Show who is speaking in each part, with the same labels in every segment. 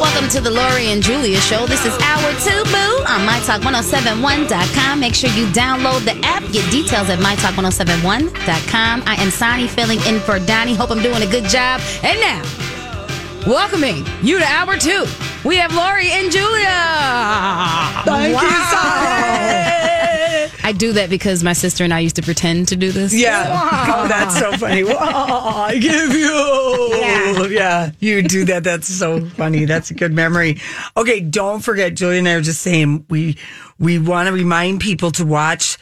Speaker 1: Welcome to the Lori and Julia show. This is hour two, boo, on mytalk1071.com. Make sure you download the app. Get details at mytalk1071.com. I am Sonny filling in for Donnie. Hope I'm doing a good job. And now, welcoming you to hour two. We have Lori and Julia.
Speaker 2: Thank you,
Speaker 1: I do that because my sister and I used to pretend to do this.
Speaker 2: Yeah. Oh, that's so funny. Wow, I give you. Yeah. You do that. That's so funny. That's a good memory. Okay. Don't forget, Julia and I are just saying we we want to remind people to watch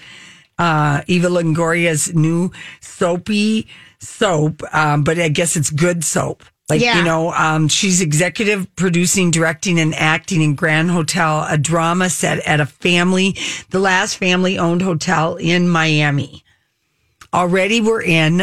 Speaker 2: uh, Eva Longoria's new soapy soap, um, but I guess it's good soap. Like,
Speaker 1: Yeah.
Speaker 2: you know, um, she's executive producing, directing, and acting in Grand Hotel, a drama set at a family, the last family owned hotel in Miami. Already we're in.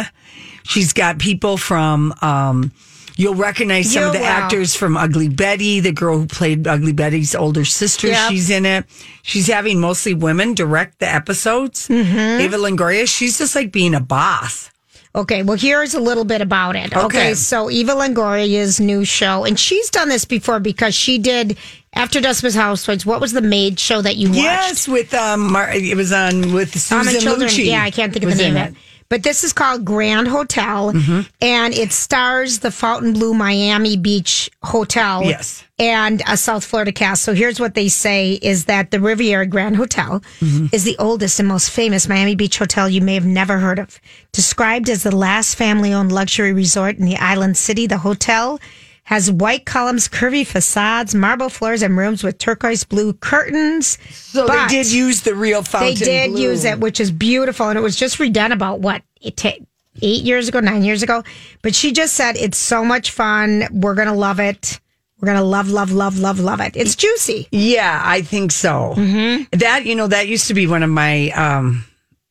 Speaker 2: She's got people from, um, you'll recognize some of
Speaker 3: Yeah,
Speaker 2: the
Speaker 3: wow.
Speaker 2: actors from Ugly Betty, the girl who played Ugly Betty's older sister.
Speaker 3: Yep.
Speaker 2: She's in it. She's having mostly women direct the episodes.
Speaker 3: Mm-hmm.
Speaker 2: Ava Longoria, she's just like being a boss.
Speaker 3: Okay, well, here's a little bit about it. Okay.
Speaker 2: Okay.
Speaker 3: so Eva Longoria's new show, and she's done this before because she did after Desperate Housewives. What was the maid show that you watched?
Speaker 2: Yes, with um, Mar- it was on with
Speaker 3: Almond
Speaker 2: Susan
Speaker 3: Children.
Speaker 2: Lucci.
Speaker 3: Yeah, I can't think of the
Speaker 2: was in
Speaker 3: name
Speaker 2: Mm-hmm.
Speaker 3: of it. But this is called Grand Hotel, and it stars the Fontainebleau Miami Beach Hotel.
Speaker 2: Yes.
Speaker 3: And a South Florida cast. So here's what they say is that the Riviera Grand Hotel
Speaker 2: Mm-hmm.
Speaker 3: is the oldest and most famous Miami Beach hotel you may have never heard of. Described as the last family owned luxury resort in the island city, the hotel has white columns, curvy facades, marble floors, and rooms with turquoise blue curtains.
Speaker 2: So
Speaker 3: But-
Speaker 2: they did use the real
Speaker 3: they
Speaker 2: fountain.
Speaker 3: did
Speaker 2: blue.
Speaker 3: use it, which is beautiful, and it was just redone about what it ta- eight years ago, nine years ago. But she just said it's so much fun. We're gonna love it. We're gonna love, love, love, love, love it. It's juicy.
Speaker 2: Yeah, I think so.
Speaker 3: Mm-hmm.
Speaker 2: That you know that used to be one of my um,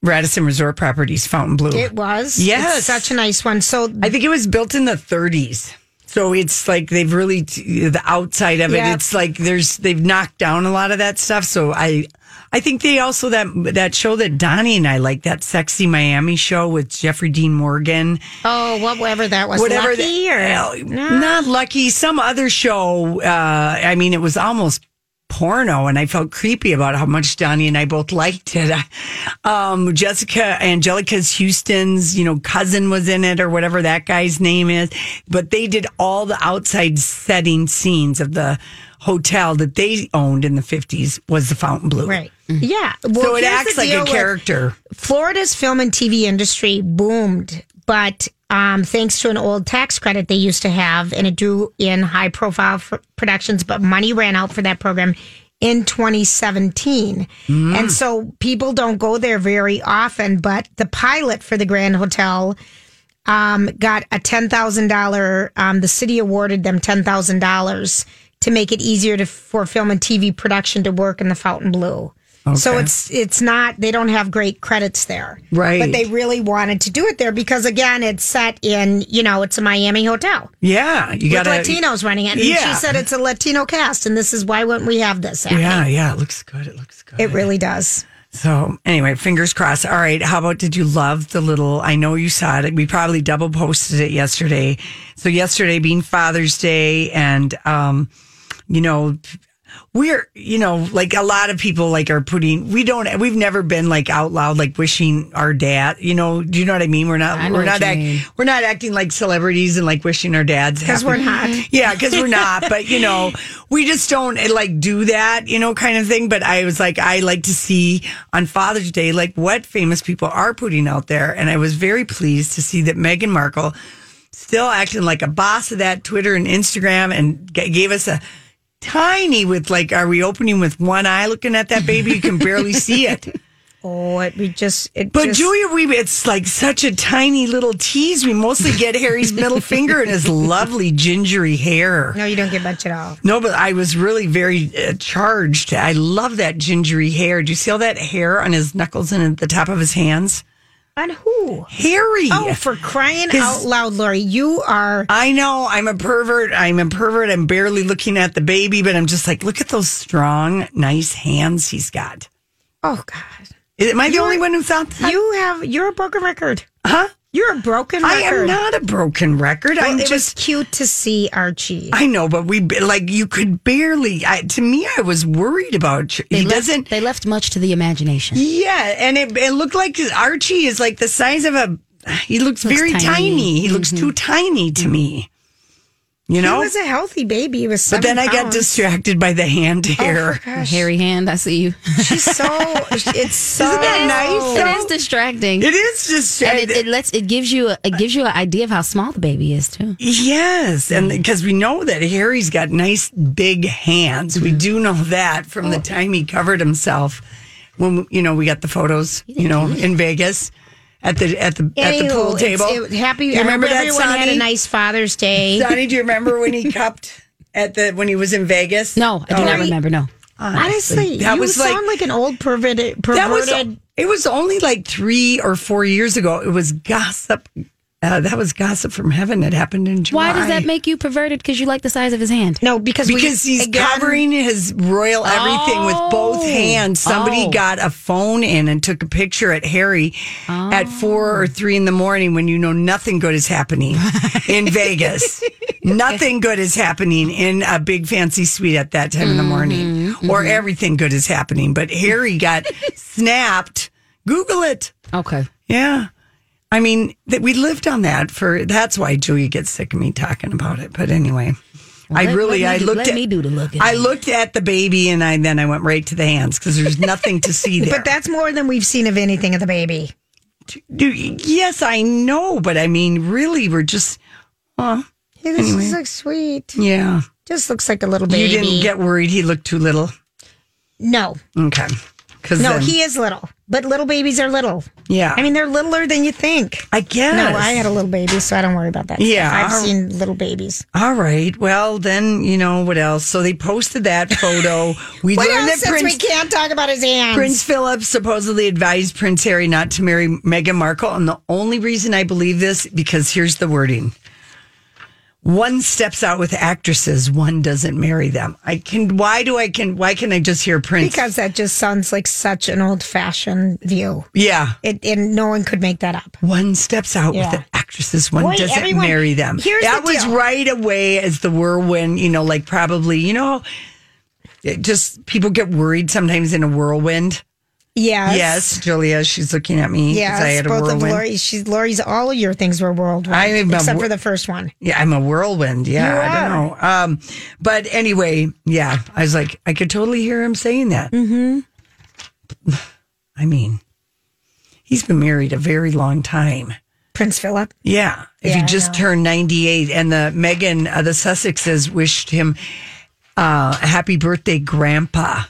Speaker 2: Radisson Resort properties, Fontainebleau.
Speaker 3: It was.
Speaker 2: Yes.
Speaker 3: it's such a nice one. So
Speaker 2: I think it was built in the 30s. So it's like they've really the outside of it.
Speaker 3: Yeah.
Speaker 2: It's like there's they've knocked down a lot of that stuff. So I, I think they also that that show that Donnie and I like that sexy Miami show with Jeffrey Dean Morgan.
Speaker 3: oh, what- whatever that was,
Speaker 2: whatever
Speaker 3: lucky
Speaker 2: the-
Speaker 3: or
Speaker 2: well, not lucky some other show uh i mean it was almost porno and i felt creepy about how much donnie and i both liked it um jessica angelica's houston's you know cousin was in it or whatever that guy's name is but they did all the outside setting scenes of the hotel that they owned in the 50s was the fontainebleau
Speaker 3: right. Yeah. Well,
Speaker 2: so it
Speaker 3: here's
Speaker 2: acts
Speaker 3: the
Speaker 2: like
Speaker 3: deal
Speaker 2: a
Speaker 3: with-
Speaker 2: character
Speaker 3: Florida's film and TV industry boomed, but um, thanks to an old tax credit they used to have, and it drew in high profile f- productions, but money ran out for that program in 2017. And so people don't go there very often, but the pilot for the Grand Hotel um, got a ten thousand dollar. Um, the city awarded them ten thousand dollars to make it easier to for film and TV production to work in the Fontainebleau. So
Speaker 2: Okay.
Speaker 3: it's it's not they don't have great credits there,
Speaker 2: Right.
Speaker 3: But they really wanted to do it there because again, it's set in you know it's a Miami hotel
Speaker 2: yeah you
Speaker 3: with
Speaker 2: got
Speaker 3: Latinos running it. And she
Speaker 2: Yeah.
Speaker 3: said it's a Latino cast, and this is why wouldn't we have this? happening.
Speaker 2: yeah yeah it looks good it looks good
Speaker 3: it really does.
Speaker 2: So anyway, fingers crossed. All right. How about did you love the little? I know you saw it. We probably double posted it yesterday. So yesterday being Father's Day, and um, you know, we're you know like a lot of people like are putting we don't we've never been like out loud like wishing our dad you know do you know what I mean we're not
Speaker 1: I know
Speaker 2: we're
Speaker 1: what
Speaker 2: not
Speaker 1: you
Speaker 2: act,
Speaker 1: mean.
Speaker 2: we're not acting like celebrities and like wishing our dads
Speaker 3: because we're not.
Speaker 2: yeah, because we're not, but you know, we just don't eh, like do that, you know, kind of thing. But I was like, I like to see on Father's Day, like what famous people are putting out there. And I was very pleased to see that Meghan Markle still acting like a boss of that Twitter and Instagram and g- gave us a tiny with like, are we opening with one eye looking at that baby? You can barely see it.
Speaker 3: Oh, it, we just. It
Speaker 2: But
Speaker 3: just,
Speaker 2: Julia Weeby, it's like such a tiny little tease. We mostly get Harry's middle finger and his lovely gingery hair.
Speaker 3: No, you don't get much at all.
Speaker 2: No, but I was really very uh, charged. I love that gingery hair. Do you see all that hair on his knuckles and at the top of his hands?
Speaker 3: On who?
Speaker 2: Hairy.
Speaker 3: Oh, for crying
Speaker 2: His-
Speaker 3: out loud, Lori! You are.
Speaker 2: I know I'm a pervert. I'm a pervert. I'm barely looking at the baby, but I'm just like, look at those strong, nice hands he's got.
Speaker 3: Oh God!
Speaker 2: Am I the only one who thought that?
Speaker 3: You have. You're a broken record.
Speaker 2: huh?
Speaker 3: You're a broken record.
Speaker 2: I am not a broken record.
Speaker 3: Well,
Speaker 2: I'm
Speaker 3: it
Speaker 2: just
Speaker 3: was cute to see Archie.
Speaker 2: I know, but we like you could barely. I, to me, I was worried about. you. He
Speaker 1: left,
Speaker 2: doesn't.
Speaker 1: They left much to the imagination.
Speaker 2: Yeah, and it, it looked like Archie is like the size of a. He looks,
Speaker 1: Looks
Speaker 2: very tiny.
Speaker 1: tiny.
Speaker 2: He looks too tiny to me. You know.
Speaker 3: He was a healthy baby. He was.
Speaker 2: but
Speaker 3: Seven
Speaker 2: then I got
Speaker 3: pounds.
Speaker 2: distracted by the hand hair.
Speaker 3: Gosh,
Speaker 1: Hairy hand, I see you.
Speaker 3: she's so. It's so
Speaker 2: Isn't that nice?
Speaker 1: it is
Speaker 2: though?
Speaker 1: distracting.
Speaker 2: It is just
Speaker 1: and it, it lets it gives you a, it gives you an idea of how small the baby is too.
Speaker 2: yes, and because we know that Harry's got nice big hands, we do know that from the time he covered himself. When you know we got the photos, you know, in Vegas at the at the at the
Speaker 3: Anywho,
Speaker 2: pool
Speaker 3: it's-
Speaker 2: table.
Speaker 3: It, happy.
Speaker 2: You remember
Speaker 3: I hope
Speaker 2: that,
Speaker 3: Everyone had a
Speaker 2: Sonny?
Speaker 3: nice Father's Day.
Speaker 2: Donnie, do you remember when he cupped at the when he was in Vegas? Oh,
Speaker 1: No, I do not remember. No,
Speaker 3: Honestly,
Speaker 2: that
Speaker 3: you
Speaker 2: was like-
Speaker 3: sound like, an old perverted.
Speaker 2: That was
Speaker 3: perverted
Speaker 2: it was only like three or four years ago. It was gossip. Uh, that was gossip from heaven. It happened in July.
Speaker 1: why does that make you perverted? Because you like the size of his hand.
Speaker 3: no, because we-
Speaker 2: Because he's
Speaker 3: again,
Speaker 2: covering his royal everything with both
Speaker 1: Oh.
Speaker 2: hands. Somebody
Speaker 1: Oh.
Speaker 2: got a phone in and took a picture at Harry at four or three in the morning when you know nothing good is happening in Vegas. nothing good is happening in a big fancy suite at that time in the morning, or everything good is happening. But Harry got snapped. Google it.
Speaker 1: Okay,
Speaker 2: Yeah. I mean, that we lived on that for that's why Julia gets sick of me talking about it. But anyway, I
Speaker 1: let-
Speaker 2: really
Speaker 1: let me
Speaker 2: I
Speaker 1: do-
Speaker 2: looked
Speaker 1: let
Speaker 2: at
Speaker 1: me do the look at
Speaker 2: I
Speaker 1: it.
Speaker 2: looked at the baby and I then I went right to the hands because there's nothing to see there.
Speaker 3: But that's more than we've seen of anything of the baby.
Speaker 2: Do- yes, I know, but I mean, really, we're just uh,
Speaker 3: Hey, this is like sweet.
Speaker 2: yeah.
Speaker 3: Just looks like a little baby.
Speaker 2: You didn't get worried he looked too little.
Speaker 3: no,
Speaker 2: Okay, because
Speaker 3: no, he is little, but little babies are little.
Speaker 2: yeah.
Speaker 3: I mean, they're littler than you think.
Speaker 2: I guess
Speaker 3: No, I had a little baby, so I don't worry about that.
Speaker 2: Yeah.
Speaker 3: stuff. I've seen little babies.
Speaker 2: All right. Well, then you know what else? So they posted that photo. We
Speaker 3: What
Speaker 2: learned
Speaker 3: else?
Speaker 2: that
Speaker 3: Since
Speaker 2: Prince
Speaker 3: we can't talk about his hands.
Speaker 2: Prince Philip supposedly advised Prince Harry not to marry Meghan Markle. And the only reason I believe this, because here's the wording one steps out with actresses, one doesn't marry them. I can, why do I can, why can I just hear Prince?
Speaker 3: because that just sounds like such an old-fashioned view.
Speaker 2: yeah.
Speaker 3: It, and no one could make that up.
Speaker 2: One steps out
Speaker 3: Yeah.
Speaker 2: with the actresses, one
Speaker 3: Wait,
Speaker 2: doesn't
Speaker 3: everyone-
Speaker 2: marry them.
Speaker 3: here's
Speaker 2: that
Speaker 3: the
Speaker 2: was
Speaker 3: deal.
Speaker 2: right away as the whirlwind, you know, like probably, you know, it just people get worried sometimes in a whirlwind.
Speaker 3: Yes.
Speaker 2: Yes, Julia, she's looking at me. 'cause
Speaker 3: Yes.
Speaker 2: I had a
Speaker 3: both of
Speaker 2: whirlwind.
Speaker 3: Lori's. She's Lori's. All of your things were worldwide,
Speaker 2: I am a
Speaker 3: except
Speaker 2: wor-
Speaker 3: for the first one.
Speaker 2: Yeah, I'm a whirlwind. Yeah, I don't know. Um, but anyway, yeah, I was like, I could totally hear him saying that. Mm-hmm.
Speaker 3: Mm-hmm.
Speaker 2: I mean, he's been married a very long time.
Speaker 3: Prince Philip.
Speaker 2: Yeah, if
Speaker 3: Yeah, I
Speaker 2: he just
Speaker 3: know.
Speaker 2: turned 98, and the Megan, uh, the Sussexes, wished him uh, a happy birthday, Grandpa,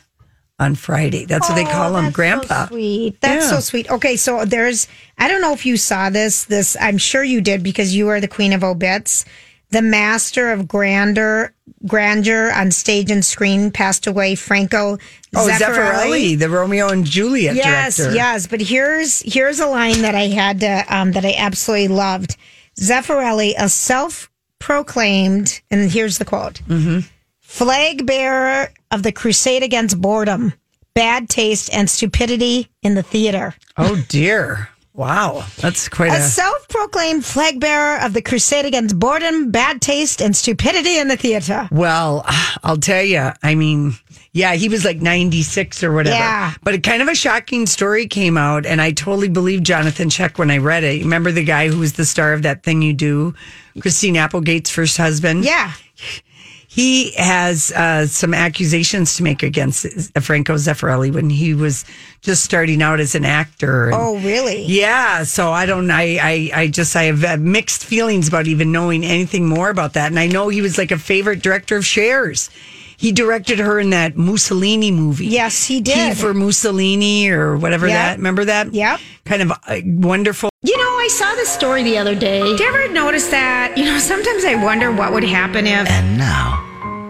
Speaker 2: on Friday. That's what they call him, Grandpa.
Speaker 3: Oh, sweet. That's so
Speaker 2: Yeah.
Speaker 3: sweet. Okay, so there's. I don't know if you saw this. This I'm sure you did because you are the queen of obits. The master of grandeur, grandeur on stage and screen passed away. Franco
Speaker 2: Oh,
Speaker 3: Zeffirelli.
Speaker 2: Zeffirelli, the Romeo and Juliet
Speaker 3: Yes,
Speaker 2: director.
Speaker 3: yes. But here's here's a line that I had to, um, that I absolutely loved. Zeffirelli, a self-proclaimed, and here's the quote: "Flag bearer of the crusade against boredom, bad taste, and stupidity in the theater."
Speaker 2: Oh, dear. Wow. That's quite
Speaker 3: A self-proclaimed flag bearer of the crusade against boredom, bad taste, and stupidity in the theater.
Speaker 2: Well, I'll tell you. I mean, Yeah, he was like 96 or whatever.
Speaker 3: Yeah.
Speaker 2: But it kind of a shocking story came out, and I totally believed Jonathan Check when I read it. Remember the guy who was the star of that thing you do, Christine Applegate's first husband?
Speaker 3: Yeah.
Speaker 2: He has uh, some accusations to make against Franco Zeffirelli when he was just starting out as an actor. and-
Speaker 3: Oh, really?
Speaker 2: yeah, so I don't. I, I I just I have uh, mixed feelings about even knowing anything more about that. And I know he was like a favorite director of Shares. He directed her in that Mussolini movie.
Speaker 3: Yes, he
Speaker 2: T
Speaker 3: did.
Speaker 2: for Mussolini or whatever
Speaker 3: Yep.
Speaker 2: that. Remember that?
Speaker 3: Yep.
Speaker 2: Kind of uh, wonderful.
Speaker 3: You know, I saw this story the other day. Did you ever notice that? You know, sometimes I wonder what would happen if
Speaker 4: And now,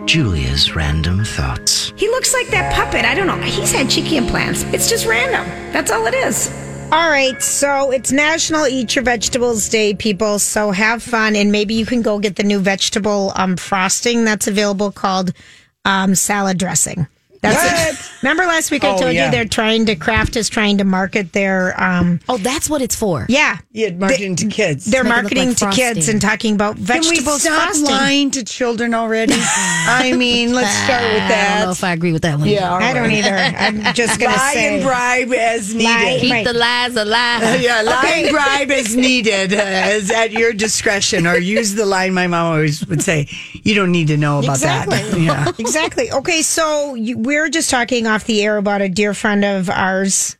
Speaker 4: Julia's random thoughts.
Speaker 3: he looks like that puppet. I don't know. He's had cheeky implants. It's just random. That's all it is. All right, so it's National Eat Your Vegetables Day, people. So have fun, and maybe you can go get the new vegetable um, frosting that's available called um, salad dressing. That's it. Remember last week I
Speaker 2: Oh,
Speaker 3: told
Speaker 2: yeah.
Speaker 3: you they're trying to Kraft is trying to market their um,
Speaker 1: Oh, that's what it's for.
Speaker 3: yeah
Speaker 2: He had marketing to kids.
Speaker 3: they're
Speaker 1: Make it look
Speaker 3: marketing
Speaker 1: like
Speaker 3: to kids
Speaker 1: frosting.
Speaker 3: and talking about
Speaker 2: Can we
Speaker 3: vegetables
Speaker 2: stop
Speaker 3: frosting.
Speaker 2: lying to children already? I mean, let's start with
Speaker 1: I don't know
Speaker 2: that.
Speaker 1: if I agree with that one.
Speaker 2: Yeah, all
Speaker 3: I don't
Speaker 2: right.
Speaker 3: either. I'm just gonna
Speaker 2: Lie
Speaker 3: say
Speaker 2: and bribe as needed.
Speaker 3: Lie
Speaker 1: Keep
Speaker 3: Right.
Speaker 1: the lies alive.
Speaker 2: Yeah, line bribe is needed uh, as at your discretion, or use the line my mom always would say: "You don't need to know about that."
Speaker 3: Exactly.
Speaker 2: Yeah.
Speaker 3: exactly. Okay, so you, we're just talking off the air about a dear friend of ours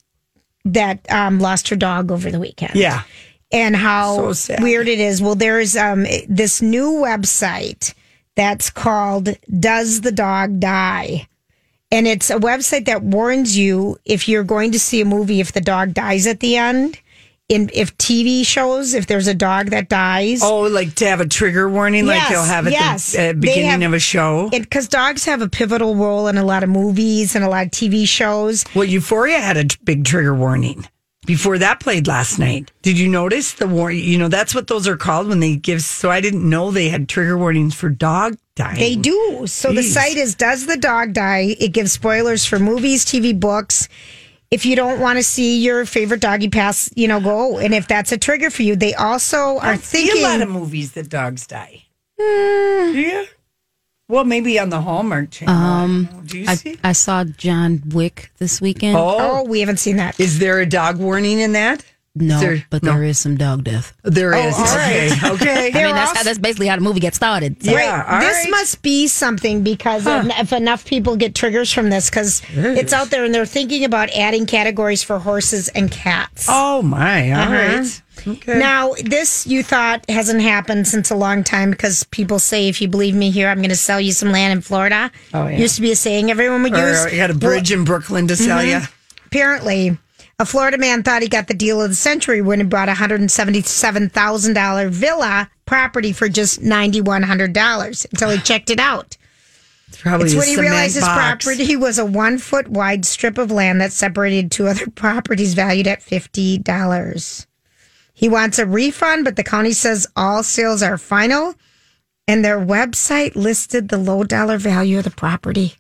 Speaker 3: that um, lost her dog over the weekend.
Speaker 2: Yeah.
Speaker 3: and how
Speaker 2: So sad.
Speaker 3: weird it is. Well, there is um, this new website that's called Does the Dog Die? And it's a website that warns you if you're going to see a movie if the dog dies at the end. In, if TV shows, if there's a dog that dies,
Speaker 2: Oh, like to have a trigger warning, like
Speaker 3: Yes,
Speaker 2: they'll have at
Speaker 3: yes.
Speaker 2: the uh,
Speaker 3: They
Speaker 2: beginning
Speaker 3: have-
Speaker 2: of a show.
Speaker 3: because dogs have a pivotal role in a lot of movies and a lot of TV shows.
Speaker 2: well, Euphoria had a t- big trigger warning before that played last night. Did you notice the war? You know, that's what those are called when they give. So I didn't know they had trigger warnings for dog dying.
Speaker 3: They do. So the
Speaker 2: Jeez.
Speaker 3: site is Does the Dog Die? It gives spoilers for movies, TV, books. If you don't want to see your favorite doggy pass, you know, go. And if that's a trigger for you, they also are
Speaker 2: See a lot of
Speaker 3: thinking. Hmm.
Speaker 2: movies that dogs die. Yeah. Well, maybe on the Hallmark channel. Um, do you see?
Speaker 1: I, I saw John Wick this weekend.
Speaker 3: Oh, we haven't seen that.
Speaker 2: Is there a dog warning in that?
Speaker 1: no,
Speaker 2: there-
Speaker 1: but
Speaker 2: no.
Speaker 1: there is some dog death.
Speaker 2: There is.
Speaker 3: Oh, all right.
Speaker 2: Okay.
Speaker 1: I
Speaker 2: okay.
Speaker 1: mean, that's, how, that's basically how the movie got started. So.
Speaker 2: Yeah. all
Speaker 3: this
Speaker 2: right.
Speaker 3: must be something because if- if enough people get triggers from this, because it's out there and they're thinking about adding categories for horses and cats.
Speaker 2: Oh my! All
Speaker 3: Uh-huh.
Speaker 2: right. Okay.
Speaker 3: Now, this you thought hasn't happened since a long time because people say, if you believe me here, I'm going to sell you some land in Florida.
Speaker 2: Oh, yeah.
Speaker 3: Used to be a saying everyone would
Speaker 2: Or,
Speaker 3: use.
Speaker 2: uh, you got a bridge in Brooklyn to sell you.
Speaker 3: Mm-hmm. Apparently, a Florida man thought he got the deal of the century when he bought a $177,000 villa property for just $9,100 until he checked it out.
Speaker 2: It's probably
Speaker 3: It's
Speaker 2: a
Speaker 3: when he
Speaker 2: cement
Speaker 3: realized his
Speaker 2: box.
Speaker 3: property was a one foot wide strip of land that separated two other properties valued at $50. He wants a refund, but the county says all sales are final, and their website listed the low dollar value of the property.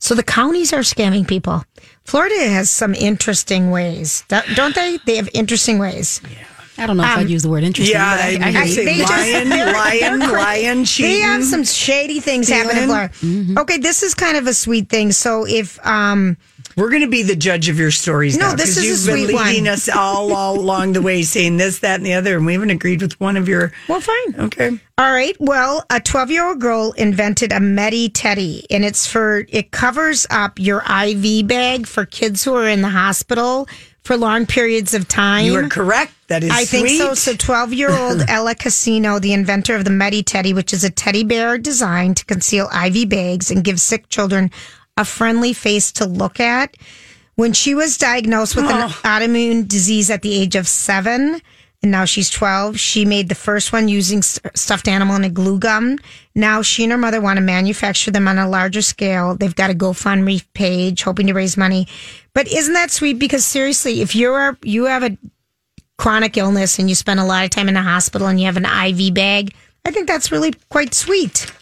Speaker 3: So the counties are scamming people. Florida has some interesting ways, don't don't they? They have interesting ways.
Speaker 1: I don't know if I'd use the word interesting.
Speaker 2: Um, Yeah,
Speaker 1: but I,
Speaker 2: I,
Speaker 1: I, hear
Speaker 2: I
Speaker 1: you.
Speaker 3: They
Speaker 2: say
Speaker 3: just-
Speaker 2: lion,
Speaker 3: they're-
Speaker 2: lion, lion, cheating.
Speaker 3: They have some shady things happening in Florida.
Speaker 2: Stealing.
Speaker 3: Okay, this is kind of a sweet thing. So if um,
Speaker 2: We're going to be the judge of your stories.
Speaker 3: No,
Speaker 2: now,
Speaker 3: this
Speaker 2: 'cause
Speaker 3: is a
Speaker 2: you've been
Speaker 3: sweet one.
Speaker 2: leading us all, all along the way, saying this, that, and the other, and we haven't agreed with one of your.
Speaker 3: well, fine.
Speaker 2: Okay.
Speaker 3: All right. Well, a 12 year old girl invented a Medi Teddy, and it's for, it covers up your IV bag for kids who are in the hospital for long periods of time.
Speaker 2: You are correct. That is
Speaker 3: I think so.
Speaker 2: sweet.
Speaker 3: So, 12 year old Ella Casino, the inventor of the Medi Teddy, which is a teddy bear designed to conceal IV bags and give sick children a friendly face to look at. When she was diagnosed with
Speaker 2: Oh.
Speaker 3: an autoimmune disease at the age of seven, and now she's 12, she made the first one using s- stuffed animal and a glue gum. Now she and her mother want to manufacture them on a larger scale. They've got a GoFundMe page hoping to raise money. But isn't that sweet? Because seriously, if you're a- you have a chronic illness and you spend a lot of time in the hospital and you have an IV bag, I think that's really quite sweet.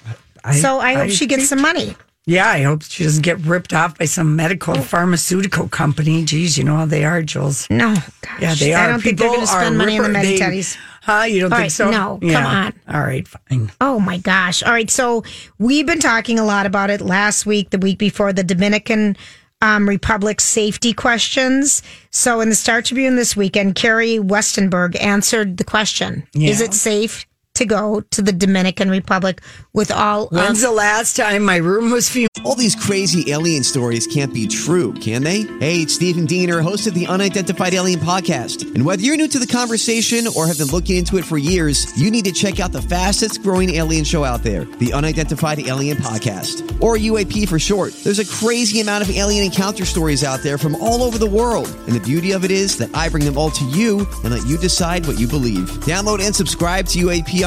Speaker 3: so I hope she gets some money.
Speaker 2: Yeah, I hope she doesn't get ripped off by some medical
Speaker 3: Oh.
Speaker 2: pharmaceutical company. Geez, you know how they are, Jules.
Speaker 3: No, gosh,
Speaker 2: Yeah, they are.
Speaker 3: Oh, I don't think they're
Speaker 2: People
Speaker 3: going to
Speaker 2: are
Speaker 3: spend money on the
Speaker 2: ripper-
Speaker 3: Medi
Speaker 2: they-
Speaker 3: Teddies.
Speaker 2: Huh? You don't
Speaker 3: All
Speaker 2: think
Speaker 3: right,
Speaker 2: so?
Speaker 3: no, come on.
Speaker 2: All right, fine.
Speaker 3: Oh my gosh. All right. So we've been talking a lot about it last week, the week before, the Dominican um, Republic safety questions. So in the Star Tribune this weekend, Carrie Westenberg answered the question Is it safe to go to the Dominican Republic with all
Speaker 2: When's the last time my room was fumed?
Speaker 5: All these crazy alien stories can't be true, can they? Hey, it's Stephen Diener, host of the Unidentified Alien Podcast. And whether you're new to the conversation or have been looking into it for years, you need to check out the fastest growing alien show out there, the Unidentified Alien Podcast, or UAP for short. There's a crazy amount of alien encounter stories out there from all over the world. And the beauty of it is that I bring them all to you and let you decide what you believe. Download and subscribe to UAP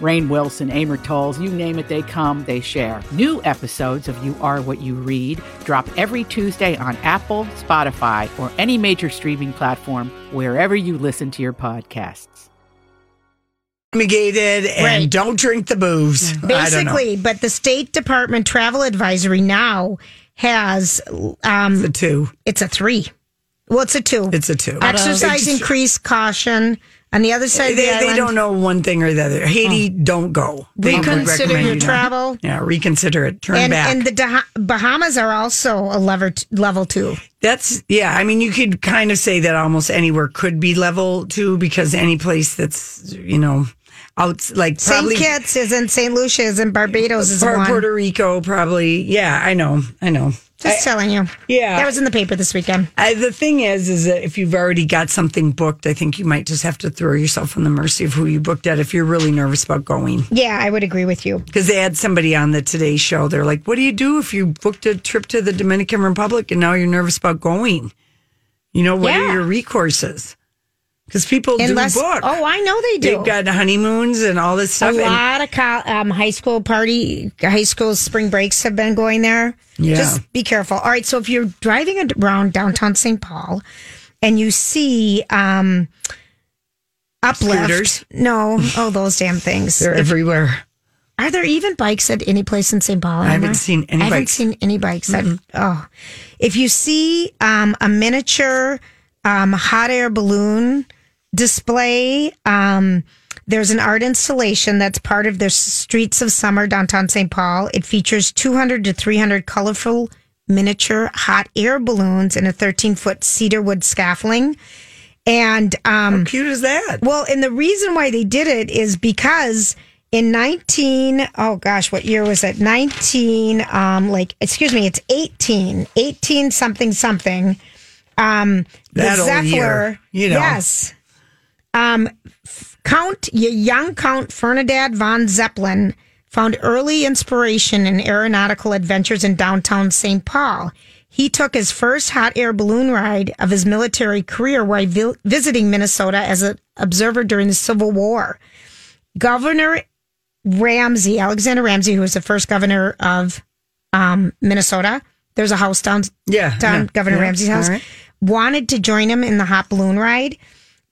Speaker 6: Rain Wilson, Amor Tolls, you name it, they come, they share. New episodes of You Are What You Read drop every Tuesday on Apple, Spotify, or any major streaming platform wherever you listen to your podcasts.
Speaker 2: fumigated and
Speaker 3: Right.
Speaker 2: don't drink the booze. I don't know.
Speaker 3: basically, but the State Department travel advisory now has um,
Speaker 2: The two.
Speaker 3: it's a three. Well, it's a two.
Speaker 2: It's a two.
Speaker 3: Exercise increase caution. On the other side,
Speaker 2: They,
Speaker 3: of the
Speaker 2: they
Speaker 3: island, Oh.
Speaker 2: don't know one thing or the other. Haiti, don't go. They would
Speaker 3: Reconsider
Speaker 2: recommend
Speaker 3: your
Speaker 2: you don't.
Speaker 3: travel.
Speaker 2: Yeah, reconsider it. Turn
Speaker 3: and,
Speaker 2: back.
Speaker 3: and the Dah- Bahamas are also a lever t- level two.
Speaker 2: That's yeah. I mean, you could kind of say that almost anywhere could be level two because any place that's you know out like
Speaker 3: St.
Speaker 2: probably
Speaker 3: Kitts is in St. Lucia is in Barbados is
Speaker 2: or
Speaker 3: one.
Speaker 2: Puerto Rico probably. Yeah, I know. I know.
Speaker 3: Just telling you.
Speaker 2: Yeah.
Speaker 3: That was in the paper this weekend.
Speaker 2: I, the thing is, is that if you've already got something booked, I think you might just have to throw yourself on the mercy of who you booked at if you're really nervous about going.
Speaker 3: Yeah, I would agree with you.
Speaker 2: Because they had somebody on the Today Show. They're like, "What do you do if you booked a trip to the Dominican Republic and now you're nervous about going? You know, what
Speaker 3: Yeah.
Speaker 2: are your recourses? Because people
Speaker 3: Unless,
Speaker 2: do book.
Speaker 3: Oh, I know they do.
Speaker 2: They've got honeymoons and all this
Speaker 3: a
Speaker 2: stuff. Oh, and
Speaker 3: lot of col- um, high school party, high school spring breaks have been going there.
Speaker 2: Yeah.
Speaker 3: Just be careful. All right. So if you're driving around downtown St. Paul and you see um, uplift,
Speaker 2: Scooters.
Speaker 3: no, oh, those damn things.
Speaker 2: they're everywhere.
Speaker 3: Are there even bikes at any place in St.
Speaker 2: Uh-huh.
Speaker 3: Paul?
Speaker 2: I haven't
Speaker 3: anymore?
Speaker 2: seen any
Speaker 3: I haven't
Speaker 2: bikes.
Speaker 3: seen any bikes. I've- oh, if you see um, a miniature um, hot air balloon display, um, there's an art installation that's part of the Streets of Summer downtown St. Paul. It features 200 to 300 colorful miniature hot air balloons in a 13 foot cedar wood scaffolding, and
Speaker 2: How
Speaker 3: um,
Speaker 2: cute is that?
Speaker 3: well, and the reason why they did it is because in 19 oh gosh what year was it 19 um like excuse me it's 18 18 something something um the
Speaker 2: That old
Speaker 3: Zephyr
Speaker 2: year, you know.
Speaker 3: yes um count y- young count Fernandad von Zeppelin found early inspiration in aeronautical adventures in downtown St Paul he took his first hot air balloon ride of his military career while vi- visiting Minnesota as an observer during the Civil War. Governor Ramsey, Alexander Ramsey, who was the first governor of um, Minnesota, there's a house down,
Speaker 2: Yeah,
Speaker 3: down
Speaker 2: yeah,
Speaker 3: Governor
Speaker 2: yeah,
Speaker 3: Ramsey's house,
Speaker 2: all right.
Speaker 3: wanted to join him in the hot balloon ride,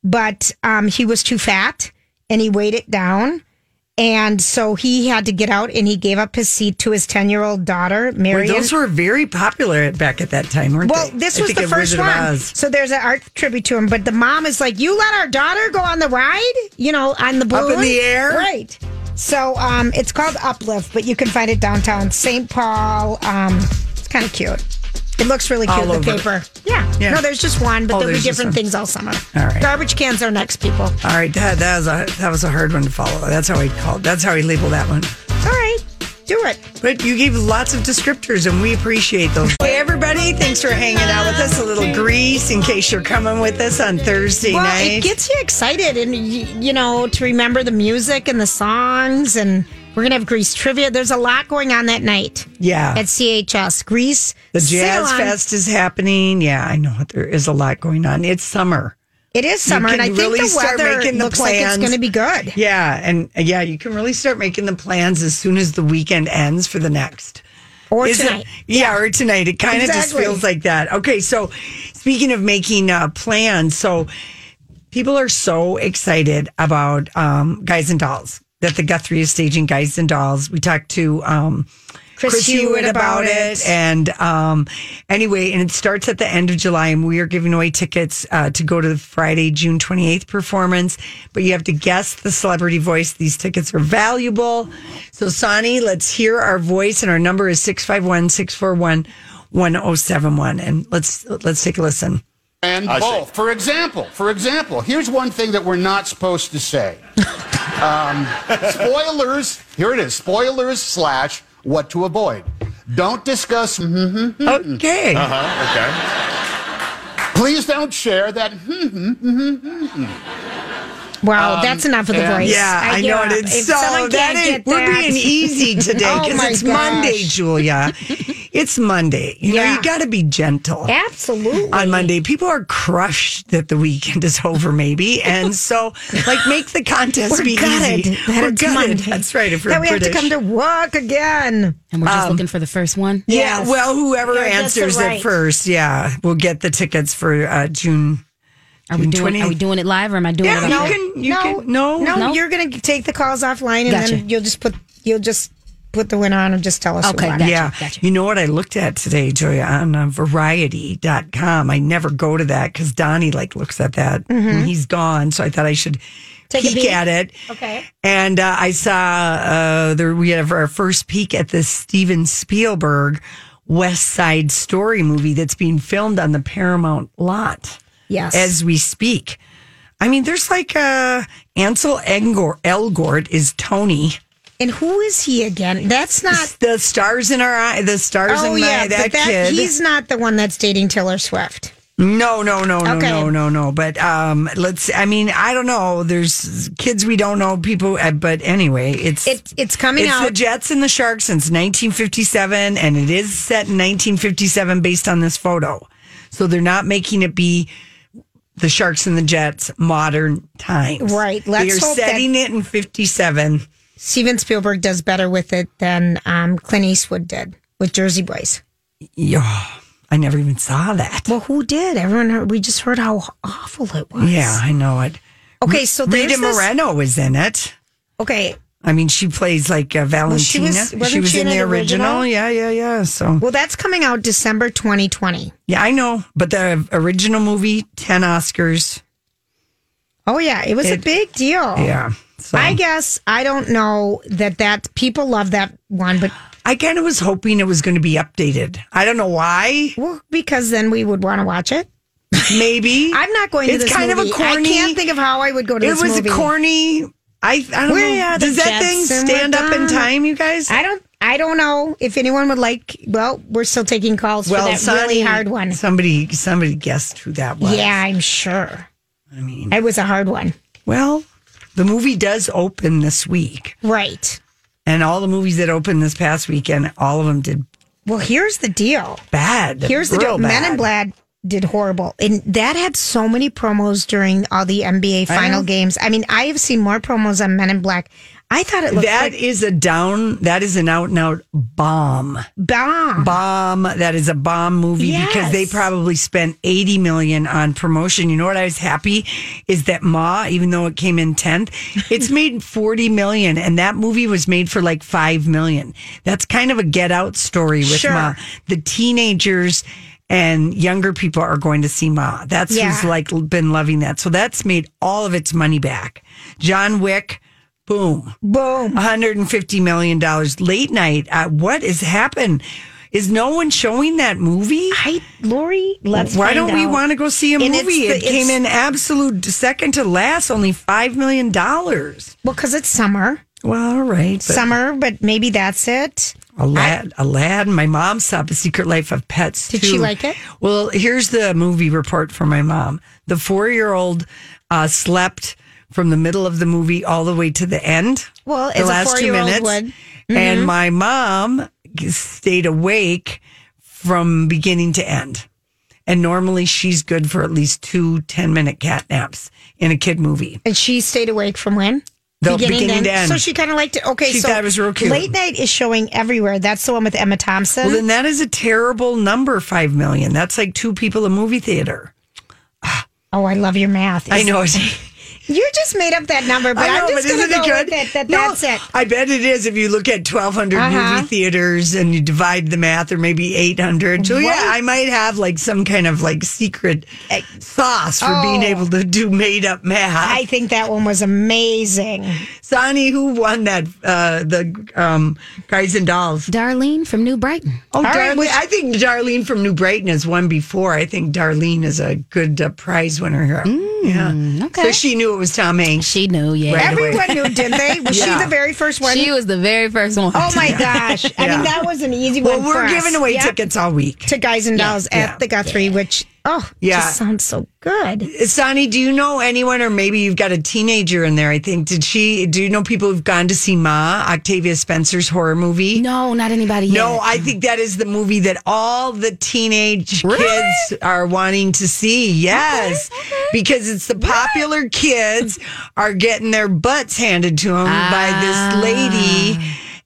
Speaker 3: but um, he was too fat and he weighed it down. And so he had to get out and he gave up his seat to his 10 year old daughter,
Speaker 2: Well,
Speaker 3: Marion.
Speaker 2: those were very popular at, back at that time, weren't
Speaker 3: Well,
Speaker 2: they?
Speaker 3: this
Speaker 2: I
Speaker 3: was
Speaker 2: think
Speaker 3: the
Speaker 2: of
Speaker 3: first
Speaker 2: Wizard of
Speaker 3: one.
Speaker 2: Oz.
Speaker 3: So there's an art tribute to him, but the mom is like, "You let our daughter go on the ride, you know, on the
Speaker 2: Up in
Speaker 3: balloon
Speaker 2: the air?
Speaker 3: right?" So um, it's called Uplift, but you can find it downtown St. Paul. Um, it's kind of cute. It looks really cute.
Speaker 2: All
Speaker 3: the
Speaker 2: over.
Speaker 3: paper, yeah.
Speaker 2: Yeah.
Speaker 3: No, there's just one, but
Speaker 2: Oh,
Speaker 3: there'll be
Speaker 2: there's just one.
Speaker 3: different things all summer.
Speaker 2: All right.
Speaker 3: Garbage cans are next, people. All
Speaker 2: All right, that, that was a that was a hard one to follow. That's how I called. That's how I labeled that one.
Speaker 3: right, do it.
Speaker 2: But you gave lots of descriptors, and we appreciate those. Hey, everybody! Thanks for hanging out with us. A little grease, in case you're coming with us on Thursday
Speaker 3: Well,
Speaker 2: night.
Speaker 3: it gets you excited, and y- you know to remember the music and the songs, and we're gonna have Grease trivia. There's a lot going on that night.
Speaker 2: yeah,
Speaker 3: at CHS Greece.
Speaker 2: the Jazz
Speaker 3: Ceylon.
Speaker 2: Fest is happening. Yeah, I know there is a lot going on. It's summer.
Speaker 3: It is summer,
Speaker 2: can
Speaker 3: and I think
Speaker 2: really
Speaker 3: the
Speaker 2: start
Speaker 3: weather
Speaker 2: making the
Speaker 3: looks like it's
Speaker 2: plans.
Speaker 3: going to be good.
Speaker 2: uh, Yeah, and yeah, you can really start making the plans as soon as the weekend ends for the next.
Speaker 3: Or
Speaker 2: Is it-
Speaker 3: tonight.
Speaker 2: yeah, or tonight. It kind of just
Speaker 3: Exactly.
Speaker 2: feels like that. Okay, so speaking of making uh, plans, so people are so excited about um, Guys and Dolls that the Guthrie is staging Guys and Dolls. We talked to um,
Speaker 3: Chris Hewitt about it.
Speaker 2: and um, anyway, and it starts at the end of July, and we are giving away tickets uh, to go to the Friday, June twenty eighth performance. But you have to guess the celebrity voice. These tickets are valuable. So, Sonny, let's hear our voice, and our number is 651-641-1071. and let's let's take a listen.
Speaker 7: and both. For example, for example, here's one thing that we're not supposed to say. um, spoilers. Here it is. Spoilers slash what to avoid. Don't discuss. mhm,
Speaker 3: Hmm.
Speaker 7: mhm.
Speaker 2: Okay,
Speaker 3: Uh-huh.
Speaker 7: Please don't share that. mhm, mhm, mhm.
Speaker 3: Wow, that's enough of the
Speaker 7: and-
Speaker 3: voice.
Speaker 2: Um, yeah, I,
Speaker 3: give
Speaker 2: know
Speaker 3: up.
Speaker 2: it. It's
Speaker 3: If
Speaker 2: so
Speaker 3: someone
Speaker 2: that
Speaker 3: can't
Speaker 2: is,
Speaker 3: get
Speaker 2: we're
Speaker 3: that-
Speaker 2: being e-, easy today
Speaker 3: Oh
Speaker 2: because
Speaker 3: my
Speaker 2: it's Monday,
Speaker 3: gosh.
Speaker 2: Julia. It's Monday. You know,
Speaker 3: Yeah.
Speaker 2: you got to be gentle.
Speaker 3: Absolutely.
Speaker 2: on Monday. People are crushed that the weekend is over, maybe, and so like make the contest
Speaker 3: We're
Speaker 2: be
Speaker 3: gutted.
Speaker 2: easy.
Speaker 3: that it's Monday.
Speaker 2: That's right. If we're
Speaker 3: that we
Speaker 2: British.
Speaker 3: have to come to work again.
Speaker 1: And we're just looking for the first one.
Speaker 2: um, yeah,
Speaker 3: Yes.
Speaker 2: well, whoever
Speaker 3: You're just
Speaker 2: answers
Speaker 3: right.
Speaker 2: it first, yeah, we'll get the tickets for uh, June.
Speaker 1: Are we
Speaker 2: June
Speaker 1: doing?
Speaker 2: 20th.
Speaker 1: Are we doing it live or am I doing
Speaker 2: Yeah,
Speaker 1: it?
Speaker 2: you
Speaker 1: up there?
Speaker 2: can. You
Speaker 3: no,
Speaker 2: can. No,
Speaker 3: no,
Speaker 1: No?
Speaker 3: You're gonna take the calls offline, and
Speaker 1: Gotcha.
Speaker 3: then you'll just put you'll just put the winner on and just tell us. who
Speaker 1: Okay,
Speaker 3: won.
Speaker 1: gotcha,
Speaker 2: Yeah.
Speaker 1: gotcha.
Speaker 2: You know what I looked at today, Joya, on uh, variety.com. I never go to that because Donnie like looks at that and he's gone. So I thought I should
Speaker 3: Mm-hmm. Take a
Speaker 2: peek
Speaker 3: peek?
Speaker 2: at it.
Speaker 3: Okay.
Speaker 2: And uh, I saw uh, there we have our first peek at this Steven Spielberg West Side Story movie that's being filmed on the Paramount lot
Speaker 3: Yes.
Speaker 2: as we speak. I mean, there's like uh, Ansel Elgort, Elgort is Tony.
Speaker 3: and who is he again? That's not.
Speaker 2: The stars in our eye, the stars
Speaker 3: Oh
Speaker 2: in my
Speaker 3: yeah,
Speaker 2: that,
Speaker 3: but that
Speaker 2: kid.
Speaker 3: he's not the one that's dating Taylor Swift.
Speaker 2: No, no, no, no,
Speaker 3: Okay.
Speaker 2: no, no, no. But um, let's. I mean, I don't know. There's kids we don't know. People, uh, but anyway, it's
Speaker 3: It, it's coming
Speaker 2: it's
Speaker 3: out.
Speaker 2: the Jets and the Sharks since 1957, and it is set in 1957 based on this photo. So they're not making it be the Sharks and the Jets modern times.
Speaker 3: Right.
Speaker 2: they
Speaker 3: Let's
Speaker 2: are
Speaker 3: hope that-
Speaker 2: setting it in 57.
Speaker 3: Steven Spielberg does better with it than um, Clint Eastwood did with Jersey Boys.
Speaker 2: Yeah, I never even saw that.
Speaker 3: Well, who did? Everyone heard. We just heard how awful it was.
Speaker 2: yeah, I know it.
Speaker 3: Okay, so there's
Speaker 2: Rita
Speaker 3: this-
Speaker 2: Moreno was in it.
Speaker 3: Okay.
Speaker 2: I mean, she plays like uh, Valentina.
Speaker 3: she was- wasn't she
Speaker 2: in
Speaker 3: in
Speaker 2: the
Speaker 3: an original?
Speaker 2: original. Yeah, yeah, yeah. So
Speaker 3: Well, that's coming out December 2020.
Speaker 2: yeah, I know. But the original movie, ten Oscars.
Speaker 3: Oh yeah, it was a
Speaker 2: It-
Speaker 3: big deal.
Speaker 2: Yeah. So
Speaker 3: I guess I don't know that that people love that one, but
Speaker 2: I kind of was hoping it was going to be updated. I don't know why.
Speaker 3: well, because then we would want to watch it.
Speaker 2: Maybe
Speaker 3: I'm not going to
Speaker 2: It's
Speaker 3: this
Speaker 2: kind of a
Speaker 3: movie.
Speaker 2: corny-
Speaker 3: I can't think of how I would go to
Speaker 2: it
Speaker 3: this
Speaker 2: was
Speaker 3: movie.
Speaker 2: a corny. I I don't
Speaker 3: We're
Speaker 2: know.
Speaker 3: at the
Speaker 2: Does that thing
Speaker 3: Jets and
Speaker 2: stand
Speaker 3: we're
Speaker 2: up in
Speaker 3: done.
Speaker 2: time, you guys?
Speaker 3: I don't. I don't know if anyone would like. Well, we're still taking calls for that really
Speaker 2: Sonny-
Speaker 3: hard one.
Speaker 2: Somebody somebody guessed who that was.
Speaker 3: Yeah, I'm sure. I mean, it was a hard one,
Speaker 2: Well, the movie does open this week,
Speaker 3: right?
Speaker 2: and all the movies that opened this past weekend, all of them did
Speaker 3: Well, here's the deal.
Speaker 2: bad.
Speaker 3: Here's the
Speaker 2: real
Speaker 3: deal. Men in
Speaker 2: bad.
Speaker 3: Black did horrible, and that had so many promos during all the NBA final games. I mean, I have seen more promos on Men in Black. I thought it looked
Speaker 2: That
Speaker 3: like
Speaker 2: is a down. That is an out and out bomb.
Speaker 3: bomb.
Speaker 2: Bomb. That is a bomb movie because they
Speaker 3: Yes.
Speaker 2: probably spent eighty million on promotion. You know what I was happy is that Ma, even though it came in tenth, it's made forty million, and that movie was made for like five million. That's kind of a Get Out story with
Speaker 3: Sure.
Speaker 2: Ma. The teenagers. And younger people are going to see Ma. That's who's
Speaker 3: Yeah.
Speaker 2: like been loving that. So that's made all of its money back. John Wick, boom.
Speaker 3: Boom.
Speaker 2: 150 million dollars late night uh, what has happened is no one showing that movie
Speaker 3: I, Lori, let's.
Speaker 2: why
Speaker 3: find
Speaker 2: don't we
Speaker 3: out.
Speaker 2: want to go see a
Speaker 3: And it's
Speaker 2: movie
Speaker 3: the-
Speaker 2: it came
Speaker 3: it's-
Speaker 2: in absolute second to last only five million dollars
Speaker 3: Well, because it's summer,
Speaker 2: well all right but
Speaker 3: summer, but maybe that's it.
Speaker 2: Aladdin, Aladdin. My mom saw The Secret Life of Pets.
Speaker 3: Did
Speaker 2: too.
Speaker 3: she like it?
Speaker 2: Well, here's the movie report from my mom. The four-year-old uh, slept from the middle of the movie all the way to the end.
Speaker 3: Well,
Speaker 2: the
Speaker 3: as a
Speaker 2: last two
Speaker 3: four-year-old Mm-hmm.
Speaker 2: minutes,
Speaker 3: would.
Speaker 2: and my mom stayed awake from beginning to end. And normally she's good for at least two 10 minute cat naps in a kid movie.
Speaker 3: And she stayed awake from when?
Speaker 2: The
Speaker 3: beginning,
Speaker 2: beginning
Speaker 3: then.
Speaker 2: to end.
Speaker 3: So she kind of liked it. Okay,
Speaker 2: She
Speaker 3: so
Speaker 2: thought it was real cute.
Speaker 3: Late night is showing everywhere. That's the one with Emma Thompson.
Speaker 2: Well, then that is a terrible number, five million. That's like two people a movie theater.
Speaker 3: oh, I love your math.
Speaker 2: I know. it.
Speaker 3: You just made up that number, but
Speaker 2: I know,
Speaker 3: I'm just
Speaker 2: but
Speaker 3: going
Speaker 2: isn't
Speaker 3: to go
Speaker 2: it good?
Speaker 3: with it. That
Speaker 2: No,
Speaker 3: that's it.
Speaker 2: I bet it is. If you look at 1,200
Speaker 3: Uh-huh.
Speaker 2: movie theaters and you divide the math, or maybe 800. So yeah,
Speaker 3: Right.
Speaker 2: I might have like some kind of like secret sauce for being
Speaker 3: Eh, Oh.
Speaker 2: able to do made up math.
Speaker 3: I think that one was amazing.
Speaker 2: Sonny, who won that? Uh, the um, guys and dolls.
Speaker 1: Darlene from New Brighton.
Speaker 2: Oh,
Speaker 3: right,
Speaker 2: Darlene,
Speaker 3: which-
Speaker 2: I think Darlene from New Brighton has won before. I think Darlene is a good uh, prize winner here.
Speaker 3: Mm.
Speaker 2: yeah.
Speaker 1: okay.
Speaker 2: So she knew it was Tom Hanks.
Speaker 1: She knew, yeah.
Speaker 2: Right.
Speaker 3: Everyone knew, did they? Was
Speaker 2: Yeah.
Speaker 3: she the very first one?
Speaker 1: She was the very first one.
Speaker 3: oh my gosh! I
Speaker 2: Yeah.
Speaker 3: mean, that was an easy
Speaker 2: Well,
Speaker 3: one.
Speaker 2: we're
Speaker 3: for us.
Speaker 2: giving away
Speaker 3: Yep.
Speaker 2: tickets all week.
Speaker 3: to Guys and Dolls at
Speaker 2: yeah,
Speaker 3: the Guthrie, which oh,
Speaker 2: Yeah.
Speaker 3: yeah, just sounds so good.
Speaker 2: Sonny, do you know anyone, or maybe you've got a teenager in there? I think. Did she? Do you know people who've gone to see Ma, Octavia Spencer's horror movie?
Speaker 1: No, not anybody yet.
Speaker 2: No, I think that is the movie that all the teenage kids are wanting to see. Yes, because it's the popular kids are getting their butts handed to them by this lady.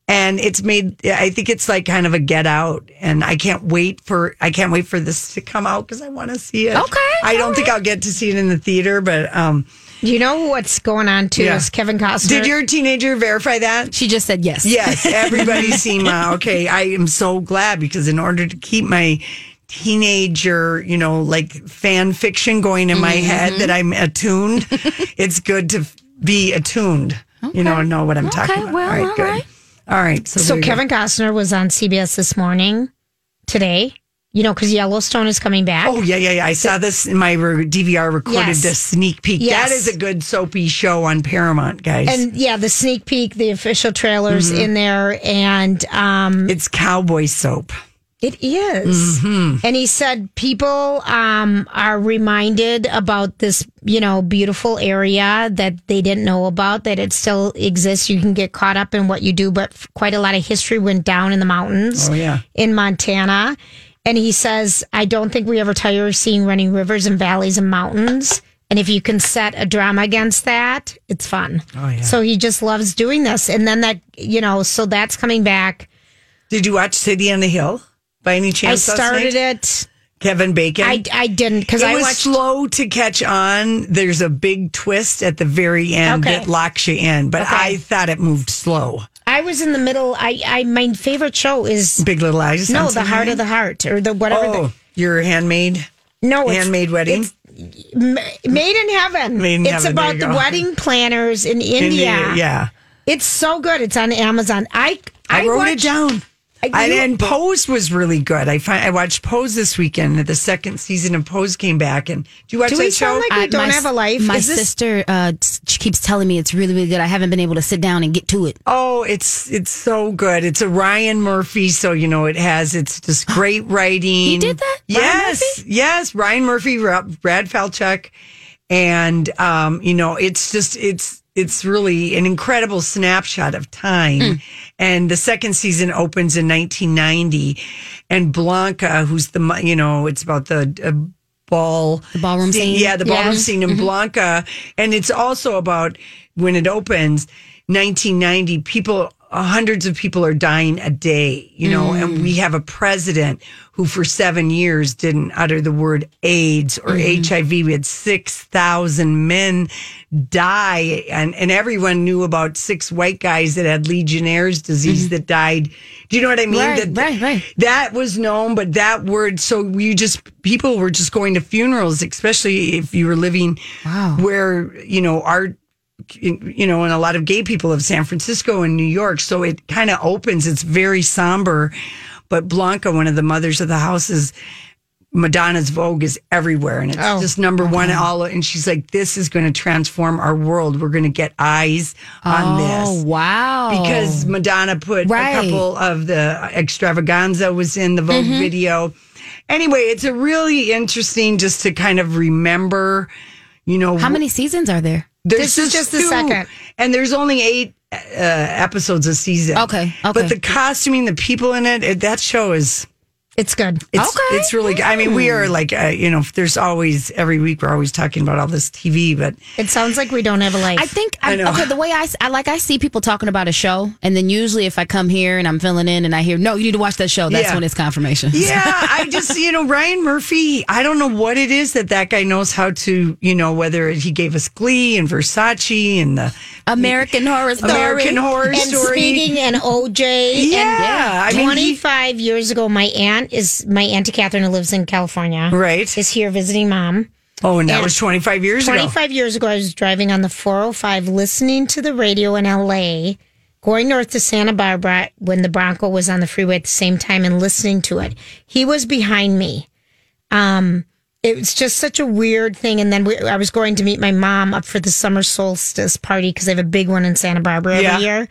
Speaker 2: And it's made, I think it's like kind of a get out. And I can't wait for, I can't wait for this to come out because I want to see it.
Speaker 1: Okay,
Speaker 2: I don't
Speaker 1: all
Speaker 2: think I'll get to see it in the theater, but, um,
Speaker 3: You know what's going on too
Speaker 2: Yeah.
Speaker 3: is Kevin Costner.
Speaker 2: did your teenager verify that?
Speaker 1: She just said yes.
Speaker 2: Yes, everybody's seen my. Okay, I am so glad because in order to keep my teenager, you know, like fan fiction going in
Speaker 3: Mm-hmm.
Speaker 2: my head that I'm attuned, it's good to f- be attuned. You know, and know what I'm talking about.
Speaker 1: well, all
Speaker 2: good.
Speaker 1: right.
Speaker 2: All right. So,
Speaker 3: So
Speaker 2: there you go.
Speaker 3: Kevin Costner was on CBS this morning today. You know, because Yellowstone is coming back.
Speaker 2: Oh yeah, yeah, yeah! I saw this in my re- DVR recorded
Speaker 3: Yes.
Speaker 2: the sneak peek.
Speaker 3: Yes.
Speaker 2: That is a good soapy show on Paramount, guys.
Speaker 3: And yeah, the sneak peek, the official trailers
Speaker 2: Mm-hmm.
Speaker 3: in there, and um,
Speaker 2: it's cowboy soap.
Speaker 3: it is.
Speaker 2: Mm-hmm.
Speaker 3: And he said people um, are reminded about this, you know, beautiful area that they didn't know about that it still exists. You can get caught up in what you do, but f- quite a lot of history went down in the mountains.
Speaker 2: Oh yeah.
Speaker 3: in Montana. And he says, I don't think we ever tire of seeing running rivers and valleys and mountains. And if you can set a drama against that, it's fun. Oh, yeah. So he just loves doing this. And then that, you know, so that's coming back.
Speaker 2: Did you watch City on the Hill by any
Speaker 3: I
Speaker 2: chance? last night?
Speaker 3: started it.
Speaker 2: Kevin Bacon.
Speaker 3: I, I didn't because
Speaker 2: It
Speaker 3: I
Speaker 2: was
Speaker 3: watched.
Speaker 2: slow to catch on. There's a big twist at the very end
Speaker 3: Okay.
Speaker 2: that locks you in, but I thought it moved slow.
Speaker 3: I was in the middle. I, I my favorite show is
Speaker 2: Big Little Eyes.
Speaker 3: no,
Speaker 2: on
Speaker 3: the heart of the heart or the whatever.
Speaker 2: Oh, your handmaid,
Speaker 3: the, no, it's
Speaker 2: handmade wedding.
Speaker 3: Made in Heaven.
Speaker 2: Made in
Speaker 3: it's
Speaker 2: Heaven, there
Speaker 3: about
Speaker 2: you
Speaker 3: the
Speaker 2: go.
Speaker 3: wedding planners in India.
Speaker 2: In the- yeah.
Speaker 3: It's so good. It's on Amazon. I
Speaker 2: I, wrote
Speaker 3: watched-
Speaker 2: it down.
Speaker 3: I-
Speaker 2: and,
Speaker 3: you-
Speaker 2: and Pose was really good. I find I watched Pose this weekend. The second season of Pose came back, and do you watch
Speaker 3: Do we
Speaker 2: that show?
Speaker 3: sound like we don't
Speaker 1: my,
Speaker 3: have a life?
Speaker 1: My
Speaker 3: Is this-
Speaker 1: sister uh, s- she keeps telling me it's really, really good. I haven't been able to sit down and get to it.
Speaker 2: Oh, it's it's so good. It's a Ryan Murphy, so you know it has it's just great writing. He
Speaker 1: did that? Ryan
Speaker 2: Yes, yes. Ryan Murphy, Ra- Brad Falchuk, and um, you know it's just it's it's really an incredible snapshot of time.
Speaker 1: Mm.
Speaker 2: And the second season opens in 1990, and Blanca, who's the mo- you know it's about the. Uh, Ball, the
Speaker 1: ballroom scene.
Speaker 2: yeah, the ballroom
Speaker 3: Yeah.
Speaker 2: scene in
Speaker 1: Mm-hmm.
Speaker 2: Blanca, and it's also about when it opens, 1990. People, uh, hundreds of people are dying a day, you know, and
Speaker 1: Mm.
Speaker 2: we have a president who, for seven years, didn't utter the word AIDS or
Speaker 1: Mm-hmm.
Speaker 2: HIV. We had six thousand men die, and and everyone knew about six white guys that had Legionnaire's disease that died. Do you know what I mean?
Speaker 1: Mm-hmm. Right,
Speaker 2: that,
Speaker 1: right, right.
Speaker 2: that was known, but that word, so you just, people were just going to funerals, especially if you were living where, you know, art, you know, and a lot of gay people of San Francisco and New York. So it kind of opens, it's very somber. But Blanca, one of the mothers of the house, is Madonna's Vogue is everywhere, and it's just number one all. And she's like, "This is going to transform our world. We're going to get eyes on this."
Speaker 1: Oh wow!
Speaker 2: because Madonna put
Speaker 1: Oh. Right.
Speaker 2: a couple of the extravaganza was in the
Speaker 1: Mm-hmm.
Speaker 2: Vogue video. Anyway, it's a really interesting just to kind of remember, you know,
Speaker 1: how many seasons are there?
Speaker 2: there's
Speaker 3: This is just the
Speaker 2: two,
Speaker 3: second.
Speaker 2: and there's only eight uh, episodes a season.
Speaker 1: Okay, okay.
Speaker 2: But the costuming, the people in it, it that show is
Speaker 3: It's good.
Speaker 2: It's,
Speaker 1: Okay.
Speaker 2: it's really good. I mean, we are like, uh, you know, there's always, every week, we're always talking about all this TV, but
Speaker 3: It sounds like we don't have a life.
Speaker 1: I think I'm,
Speaker 2: know.
Speaker 1: okay. The way I, s- I- like, I see people talking about a show, and then usually if I come here and I'm filling in, and I hear no, you need to watch that show. That's
Speaker 2: Yeah.
Speaker 1: when it's confirmation.
Speaker 2: yeah, I just, you know, Ryan Murphy, I don't know what it is that that guy knows how to, you know, whether he gave us Glee and Versace and the
Speaker 1: American Horror Story.
Speaker 2: American Horror
Speaker 3: and
Speaker 2: Story.
Speaker 3: speaking and OJ.
Speaker 2: yeah, I
Speaker 3: And
Speaker 2: mean, he-
Speaker 3: 25 years ago, my aunt is my auntie Catherine who lives in California.
Speaker 2: Right.
Speaker 3: Is here visiting mom.
Speaker 2: oh, and that
Speaker 3: and
Speaker 2: was 25 years ago.
Speaker 3: 25 years ago, I was driving on the 405, listening to the radio in LA, going north to Santa Barbara when the Bronco was on the freeway at the same time and listening to it. He was behind me. Um, it was just such a weird thing. And then we, I was going to meet my mom up for the summer solstice party because they have a big one in Santa Barbara every
Speaker 2: Yeah.
Speaker 3: year.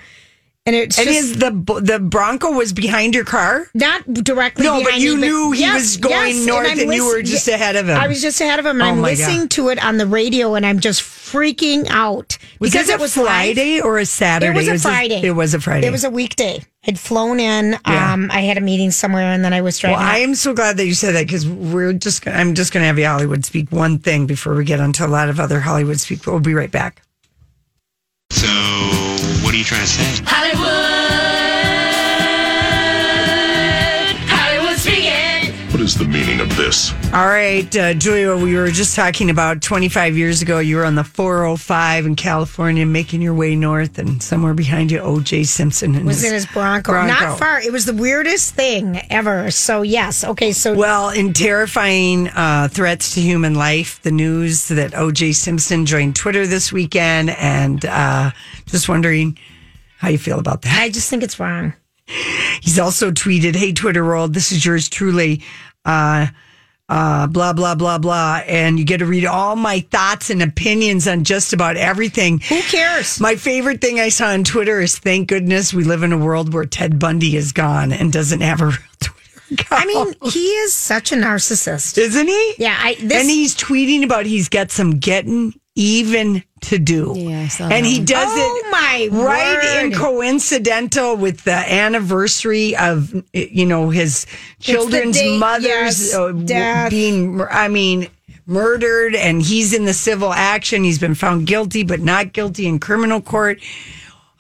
Speaker 3: And it's
Speaker 2: And
Speaker 3: just
Speaker 2: his, the the Bronco was behind your car.
Speaker 3: not directly.
Speaker 2: No, but
Speaker 3: behind
Speaker 2: you
Speaker 3: me,
Speaker 2: knew he was going north
Speaker 3: I'm
Speaker 2: and you were
Speaker 3: listen-
Speaker 2: just ahead of him.
Speaker 3: I was just ahead of him, and
Speaker 2: Oh
Speaker 3: I'm
Speaker 2: my God.
Speaker 3: listening to it on the radio, and I'm just freaking out
Speaker 2: Was
Speaker 3: because
Speaker 2: this
Speaker 3: it was
Speaker 2: a
Speaker 3: live.
Speaker 2: Friday or a Saturday?
Speaker 3: It was a Friday.
Speaker 2: it was a Friday.
Speaker 3: It was a weekday. I'd flown in. Um, I had a meeting somewhere, and then I was driving.
Speaker 2: Well, I am so glad that you said that because we're just. gonna- I'm just going to have you Hollywood speak one thing before we get onto a lot of other Hollywood speak. We'll be right back.
Speaker 8: So, what are you trying to say?
Speaker 9: What is the meaning of this?
Speaker 2: All right, uh, Julia, we were just talking about 25 years ago. You were on the 405 in California, making your way north, and somewhere behind you, O.J. Simpson and
Speaker 3: was in his Bronco. Not far. It was the weirdest thing ever. So yes, okay. So
Speaker 2: Well, in terrifying uh, threats to human life, the news that O.J. Simpson joined Twitter this weekend, and uh, just wondering how you feel about that.
Speaker 3: I just think it's wrong.
Speaker 2: He's also tweeted, "Hey Twitter world, this is yours truly." Uh, uh, blah blah blah blah, and you get to read all my thoughts and opinions on just about everything.
Speaker 3: Who cares?
Speaker 2: My favorite thing I saw on Twitter is, "Thank goodness we live in a world where Ted Bundy is gone and doesn't have a real Twitter account."
Speaker 3: I mean, he is such a narcissist.
Speaker 2: isn't he?
Speaker 3: Yeah, I this
Speaker 2: and he's tweeting about he's got some getting even to do.
Speaker 1: Yeah, I saw
Speaker 2: and he
Speaker 1: that.
Speaker 2: does
Speaker 3: Oh
Speaker 2: it
Speaker 3: my
Speaker 2: right in
Speaker 3: word.
Speaker 2: coincidental with the anniversary of you know his children's
Speaker 3: day-
Speaker 2: mother's
Speaker 3: yes,
Speaker 2: uh, w-
Speaker 3: death.
Speaker 2: being mur- I mean murdered and he's in the civil action. He's been found guilty but not guilty in criminal court.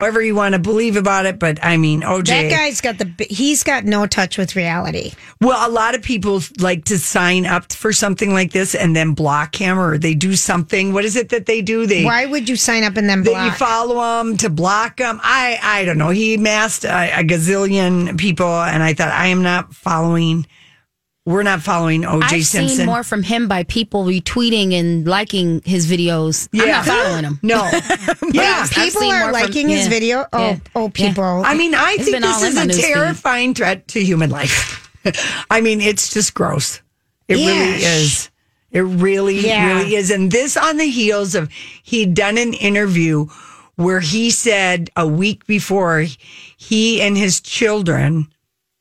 Speaker 2: However you want to believe about it, but I mean OJ
Speaker 3: That guy's got the bi- he's got no touch with reality.
Speaker 2: Well, a lot of people like to sign up for something like this and then block him or they do something. What is it that they do? They
Speaker 3: Why would you sign up and then
Speaker 2: that you
Speaker 3: block?
Speaker 2: follow him to block him. I I don't know. He masked a, a gazillion people, and I thought I am not following. We're not following OJ
Speaker 1: I've
Speaker 2: Simpson.
Speaker 1: seen more from him by people retweeting and liking his videos. I'm not following him.
Speaker 2: No. yeah.
Speaker 1: I've
Speaker 3: people
Speaker 1: seen more
Speaker 3: are
Speaker 1: from-
Speaker 3: liking his
Speaker 1: yeah,
Speaker 3: video. Oh,
Speaker 1: yeah,
Speaker 3: oh,
Speaker 1: yeah.
Speaker 3: people.
Speaker 2: I mean, I
Speaker 1: It's
Speaker 2: think
Speaker 1: been
Speaker 2: this
Speaker 1: all in
Speaker 2: is
Speaker 1: my
Speaker 2: a
Speaker 1: newsfeed.
Speaker 2: terrifying threat to human life. I mean, it's just gross. It really
Speaker 3: Yeah.
Speaker 2: is. It really,
Speaker 3: Yeah.
Speaker 2: really is. And this on the heels of he'd done an interview where he said a week before he and his children,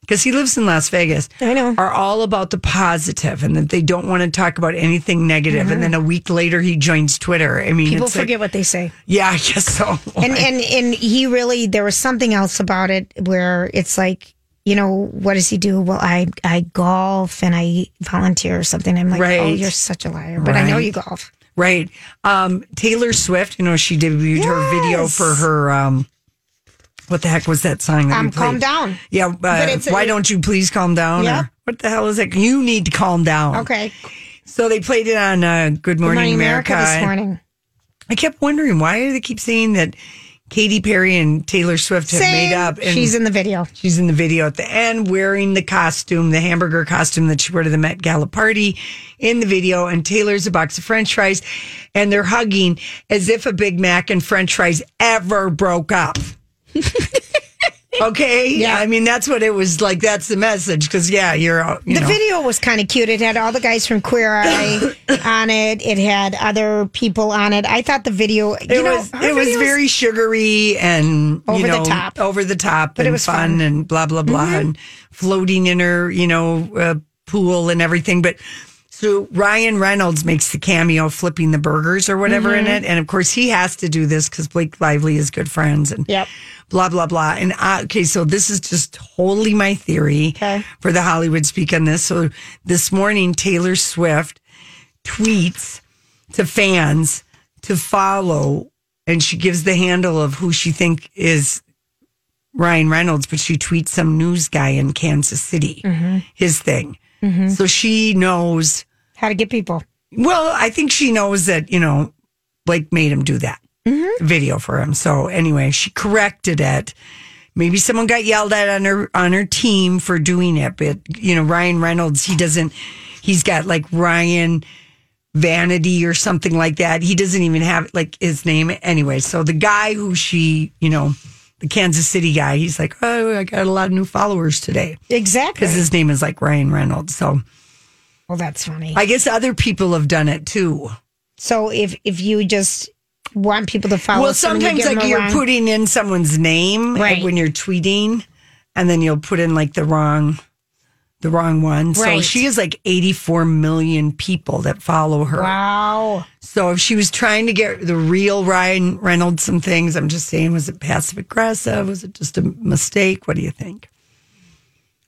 Speaker 2: because he lives in Las Vegas,
Speaker 3: I know.
Speaker 2: are all about the positive and that they don't want to talk about anything negative. And then a week later, he joins Twitter. I mean,
Speaker 3: Mm-hmm. people
Speaker 2: it's like-
Speaker 3: forget what they say.
Speaker 2: yeah, I guess so.
Speaker 3: And and and he really there was something else about it where it's like you know what does he do? Well, I I golf and I volunteer or something. I'm like, oh,
Speaker 2: Right.
Speaker 3: you're such a liar, but I know
Speaker 2: Right.
Speaker 3: you golf.
Speaker 2: Right. Um, Taylor Swift, you know, she debuted her video for her. Um, what the heck was that song? That we
Speaker 3: Um, calm
Speaker 2: played?
Speaker 3: down.
Speaker 2: Yeah. Uh,
Speaker 3: it's a-
Speaker 2: why don't you please calm down?
Speaker 3: Yeah.
Speaker 2: Or, what the hell is it? You need to calm down.
Speaker 3: Okay,
Speaker 2: So they played it on uh, Good Morning,
Speaker 3: Morning America, this
Speaker 2: and
Speaker 3: morning.
Speaker 2: I kept wondering why do they keep saying that Katy Perry and Taylor Swift have made up. And
Speaker 3: she's in the video.
Speaker 2: She's in the video at the end wearing the costume, the hamburger costume that she wore to the Met Gala party in the video. And Taylor's a box of french fries and they're hugging as if a Big Mac and french fries ever broke up. Okay.
Speaker 3: Yeah.
Speaker 2: I mean, that's what it was like. That's the message. Because, yeah, you're, uh, you
Speaker 3: the
Speaker 2: know.
Speaker 3: video was kind of cute. It had all the guys from Queer Eye on it. It had other people on it. I thought the video,
Speaker 2: It
Speaker 3: you know,
Speaker 2: was
Speaker 3: her
Speaker 2: it was
Speaker 3: videos-
Speaker 2: very sugary and
Speaker 3: Over
Speaker 2: you
Speaker 3: the
Speaker 2: know,
Speaker 3: top.
Speaker 2: over the top,
Speaker 3: But it
Speaker 2: and
Speaker 3: was fun. Mm-hmm.
Speaker 2: and blah blah blah, and floating in her you know uh, pool and everything. But so Ryan Reynolds makes the cameo, flipping the burgers or whatever in it,
Speaker 3: Mm-hmm.
Speaker 2: and of course he has to do this because Blake Lively is good friends and
Speaker 3: Yep.
Speaker 2: blah blah blah. And uh, okay, so this is just totally my theory for the Hollywood speak on this. So this morning, Taylor Swift tweets to fans to follow, and she gives the handle of who she think is Ryan Reynolds, but she tweets some news guy in Kansas City, his thing. So she knows.
Speaker 3: How to get people.
Speaker 2: Well, I think she knows that you know Blake made him do that video for him. So anyway, she corrected it. Maybe someone got yelled at on her on her team for doing it, but you know Ryan Reynolds, he doesn't. He's got like Ryan Vanity or something like that. He doesn't even have like his name anyway. So the guy who she, you know, the Kansas City guy, he's like, oh, I got a lot of new followers today
Speaker 3: Exactly.
Speaker 2: because his name is like Ryan Reynolds. So
Speaker 3: Well, that's funny.
Speaker 2: I guess other people have done it too.
Speaker 3: so if if you just want people to follow,
Speaker 2: Well,
Speaker 3: someone, you
Speaker 2: sometimes
Speaker 3: give them
Speaker 2: like
Speaker 3: a
Speaker 2: you're
Speaker 3: wrong-
Speaker 2: putting in someone's name like,
Speaker 3: Right.
Speaker 2: when you're tweeting, and then you'll put in like the wrong, the wrong one. So
Speaker 3: Right.
Speaker 2: she has like 84 million people that follow her.
Speaker 3: Wow.
Speaker 2: So if she was trying to get the real Ryan Reynolds some things, I'm just saying, was it passive aggressive? Was it just a mistake? What do you think?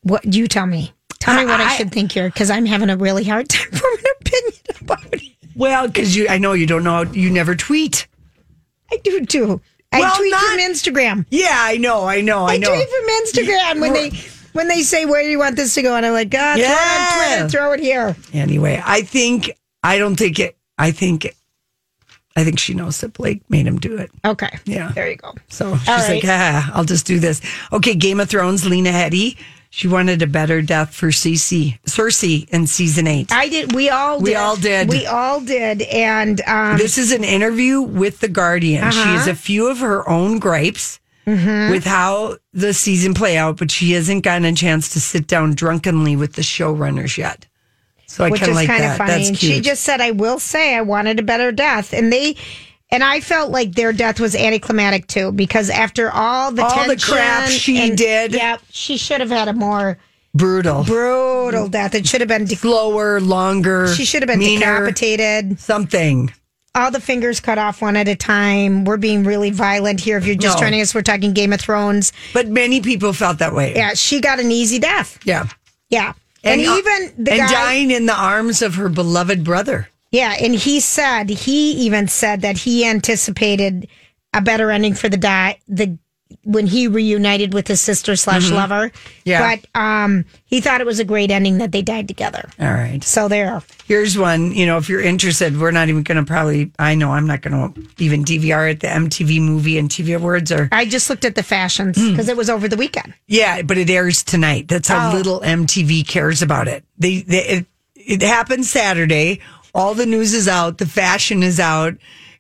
Speaker 3: What you tell me? Tell me what I,
Speaker 2: I-
Speaker 3: should think here because I'm having a really hard time forming an opinion about it.
Speaker 2: Well, because you, I know you don't know, you never tweet.
Speaker 3: I do too. I
Speaker 2: Well,
Speaker 3: tweet
Speaker 2: not-
Speaker 3: from Instagram.
Speaker 2: Yeah, I know, I know, I,
Speaker 3: I,
Speaker 2: know.
Speaker 3: tweet from Instagram when they when they say where do you want this to go, and I'm like, God,
Speaker 2: Yeah.
Speaker 3: throw it on Twitter, throw it here.
Speaker 2: anyway, I think I don't think it. I think I think she knows that Blake made him do it.
Speaker 3: Okay,
Speaker 2: Yeah.
Speaker 3: there you go.
Speaker 2: So she's
Speaker 3: right.
Speaker 2: like, ah, I'll just do this. Okay, Game of Thrones, Lena Headey. She wanted a better death for Cece, Cersei in season eight.
Speaker 3: I did. We all did.
Speaker 2: We all did.
Speaker 3: We all did. And um, Uh-huh.
Speaker 2: this is an interview with The Guardian. She has a few of her own gripes
Speaker 3: Mm-hmm.
Speaker 2: with how the season play out, but she hasn't gotten a chance to sit down drunkenly with the showrunners yet. So I
Speaker 3: which
Speaker 2: kind of
Speaker 3: is
Speaker 2: like
Speaker 3: kind
Speaker 2: that.
Speaker 3: of funny.
Speaker 2: That's
Speaker 3: And
Speaker 2: cute.
Speaker 3: She just said, "I will say, I wanted a better death," and they. And I felt like their death was anticlimactic too, because after all the
Speaker 2: All the crap
Speaker 3: tension
Speaker 2: she
Speaker 3: and-
Speaker 2: did.
Speaker 3: yep, she should have had a more
Speaker 2: brutal,
Speaker 3: brutal death. It should have been. De-
Speaker 2: slower, longer.
Speaker 3: she should have been
Speaker 2: meaner,
Speaker 3: decapitated.
Speaker 2: Something.
Speaker 3: all the fingers cut off one at a time. We're being really violent here. If you're just
Speaker 2: No.
Speaker 3: joining us, we're talking Game of Thrones.
Speaker 2: But many people felt that way.
Speaker 3: Yeah, she got an easy death.
Speaker 2: Yeah.
Speaker 3: Yeah. And, even the
Speaker 2: and
Speaker 3: guy,
Speaker 2: dying in the arms of her beloved brother.
Speaker 3: yeah, and he said he even said that he anticipated a better ending for the die the when he reunited with his sister slash lover.
Speaker 2: Mm-hmm. Yeah.
Speaker 3: but um, he thought it was a great ending that they died together.
Speaker 2: All right.
Speaker 3: So there,
Speaker 2: Here's one, you know, if you're interested, we're not even going to probably, I know I'm not going to even DVR it. The MTV movie and TV awards are,
Speaker 3: I just looked at the fashions
Speaker 2: Mm.
Speaker 3: because it was over the weekend.
Speaker 2: yeah, but it airs tonight. That's how
Speaker 3: Oh.
Speaker 2: little MTV cares about it. They, they it, it happens Saturday. All the news is out. The fashion is out.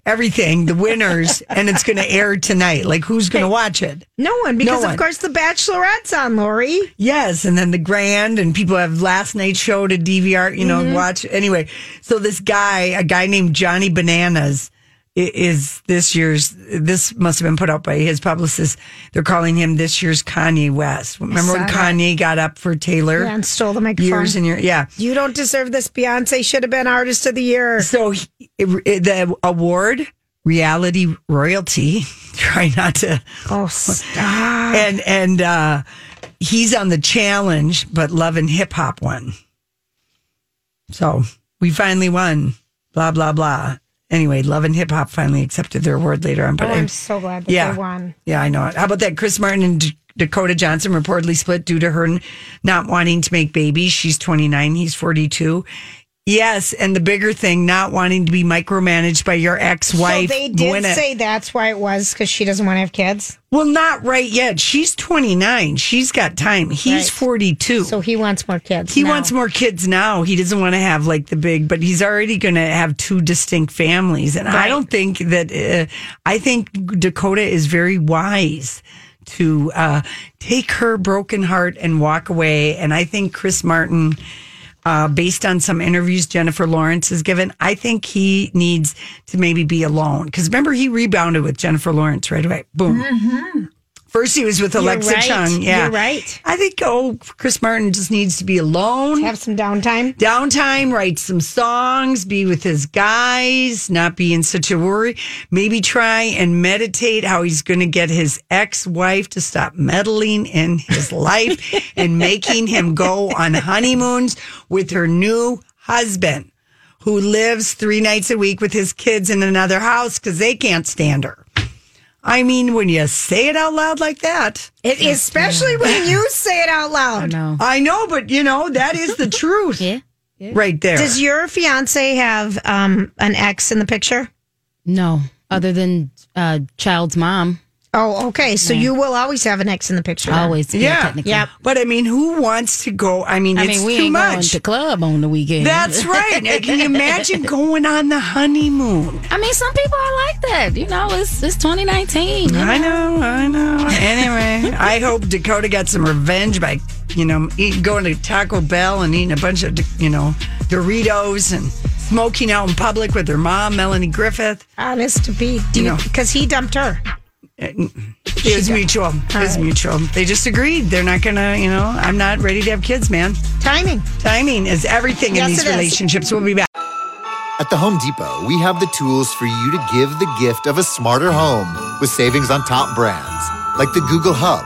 Speaker 2: Everything, the winners, and it's going to air tonight. Like, who's going to watch it?
Speaker 3: No one, because
Speaker 2: one.
Speaker 3: of course the Bachelorette's on, Lori.
Speaker 2: Yes, and then the grand, and people have last night's show to DVR, you know,
Speaker 3: Mm-hmm.
Speaker 2: and watch. Anyway, so this guy, a guy named Johnny Bananas, i- is this year's, this must have been put out by his publicist. They're calling him this year's Kanye West. Remember when
Speaker 3: saw
Speaker 2: Kanye got up for Taylor?
Speaker 3: Yeah, and stole the microphone.
Speaker 2: Years and years, yeah.
Speaker 3: You don't deserve this. Beyonce should have been Artist of the Year.
Speaker 2: So he, it, it- the award, reality royalty, try not to
Speaker 3: Oh, stop.
Speaker 2: and and uh he's on the challenge but love and hip hop one so we finally won blah blah blah anyway love and hip hop finally accepted their award later on but
Speaker 3: Oh, I'm so glad that
Speaker 2: yeah
Speaker 3: they won.
Speaker 2: yeah i know it how about that chris martin and D- dakota johnson reportedly split due to her n- not wanting to make babies she's 29 he's 42 Yes, and the bigger thing, not wanting to be micromanaged by your ex-wife.
Speaker 3: so they did
Speaker 2: Gwyneth.
Speaker 3: say that's why it was because she doesn't want to have kids.
Speaker 2: Well, not right yet. She's 29. She's got time. He's
Speaker 3: Right.
Speaker 2: 42.
Speaker 3: So he wants more kids.
Speaker 2: he
Speaker 3: now.
Speaker 2: wants more kids now. He doesn't want to have like the big, but he's already going to have two distinct families. And I don't think that, uh, I think Dakota is very wise to uh, take her broken heart and walk away. And I think Chris Martin, uh, based on some interviews Jennifer Lawrence has given, I think he needs to maybe be alone. Because remember, he rebounded with Jennifer Lawrence right away. Boom. First, he was with
Speaker 3: Mm-hmm. You're
Speaker 2: Alexa
Speaker 3: right.
Speaker 2: Chung. Yeah,
Speaker 3: You're right.
Speaker 2: I think oh, Chris Martin just needs to be alone,
Speaker 3: Have some downtime.
Speaker 2: downtime, write some songs, be with his guys, not be in such a worry. Maybe try and meditate how he's going to get his ex-wife to stop meddling in his life and making him go on honeymoons with her new husband, who lives three nights a week with his kids in another house because they can't stand her. I mean, when you say it out loud like that,
Speaker 3: It, especially when you say it out loud.
Speaker 2: I know, but you know, that is the truth. yeah. Right there.
Speaker 3: Does your fiance have um, an ex in the picture?
Speaker 1: No, other than uh, child's mom.
Speaker 3: Oh, okay. So you will always have an ex in the picture. then.
Speaker 1: Always. Yeah.
Speaker 2: yeah.
Speaker 1: technically.
Speaker 2: But I mean, who wants to go? I mean,
Speaker 1: I
Speaker 2: it's
Speaker 1: mean, we
Speaker 2: too
Speaker 1: ain't going
Speaker 2: much.
Speaker 1: to club on the weekend.
Speaker 2: That's right. Now, Can you imagine going on the honeymoon?
Speaker 1: I mean, some people are like that. You know, it's it's 2019. you
Speaker 2: I know, I know. Anyway, I hope Dakota got some revenge by, you know, eat, going to Taco Bell and eating a bunch of, you know, Doritos and smoking out in public with her mom, Melanie Griffith.
Speaker 3: Honest to be, do you
Speaker 2: No.
Speaker 3: because he dumped her.
Speaker 2: It was mutual. It was mutual. They just agreed. They're not going to, you know, I'm not ready to have kids, man.
Speaker 3: Timing.
Speaker 2: Timing is everything
Speaker 3: Yes,
Speaker 2: in these
Speaker 3: it is.
Speaker 2: relationships. We'll be back.
Speaker 10: At the Home Depot, we have the tools for you to give the gift of a smarter home with savings on top brands, like the Google Hub,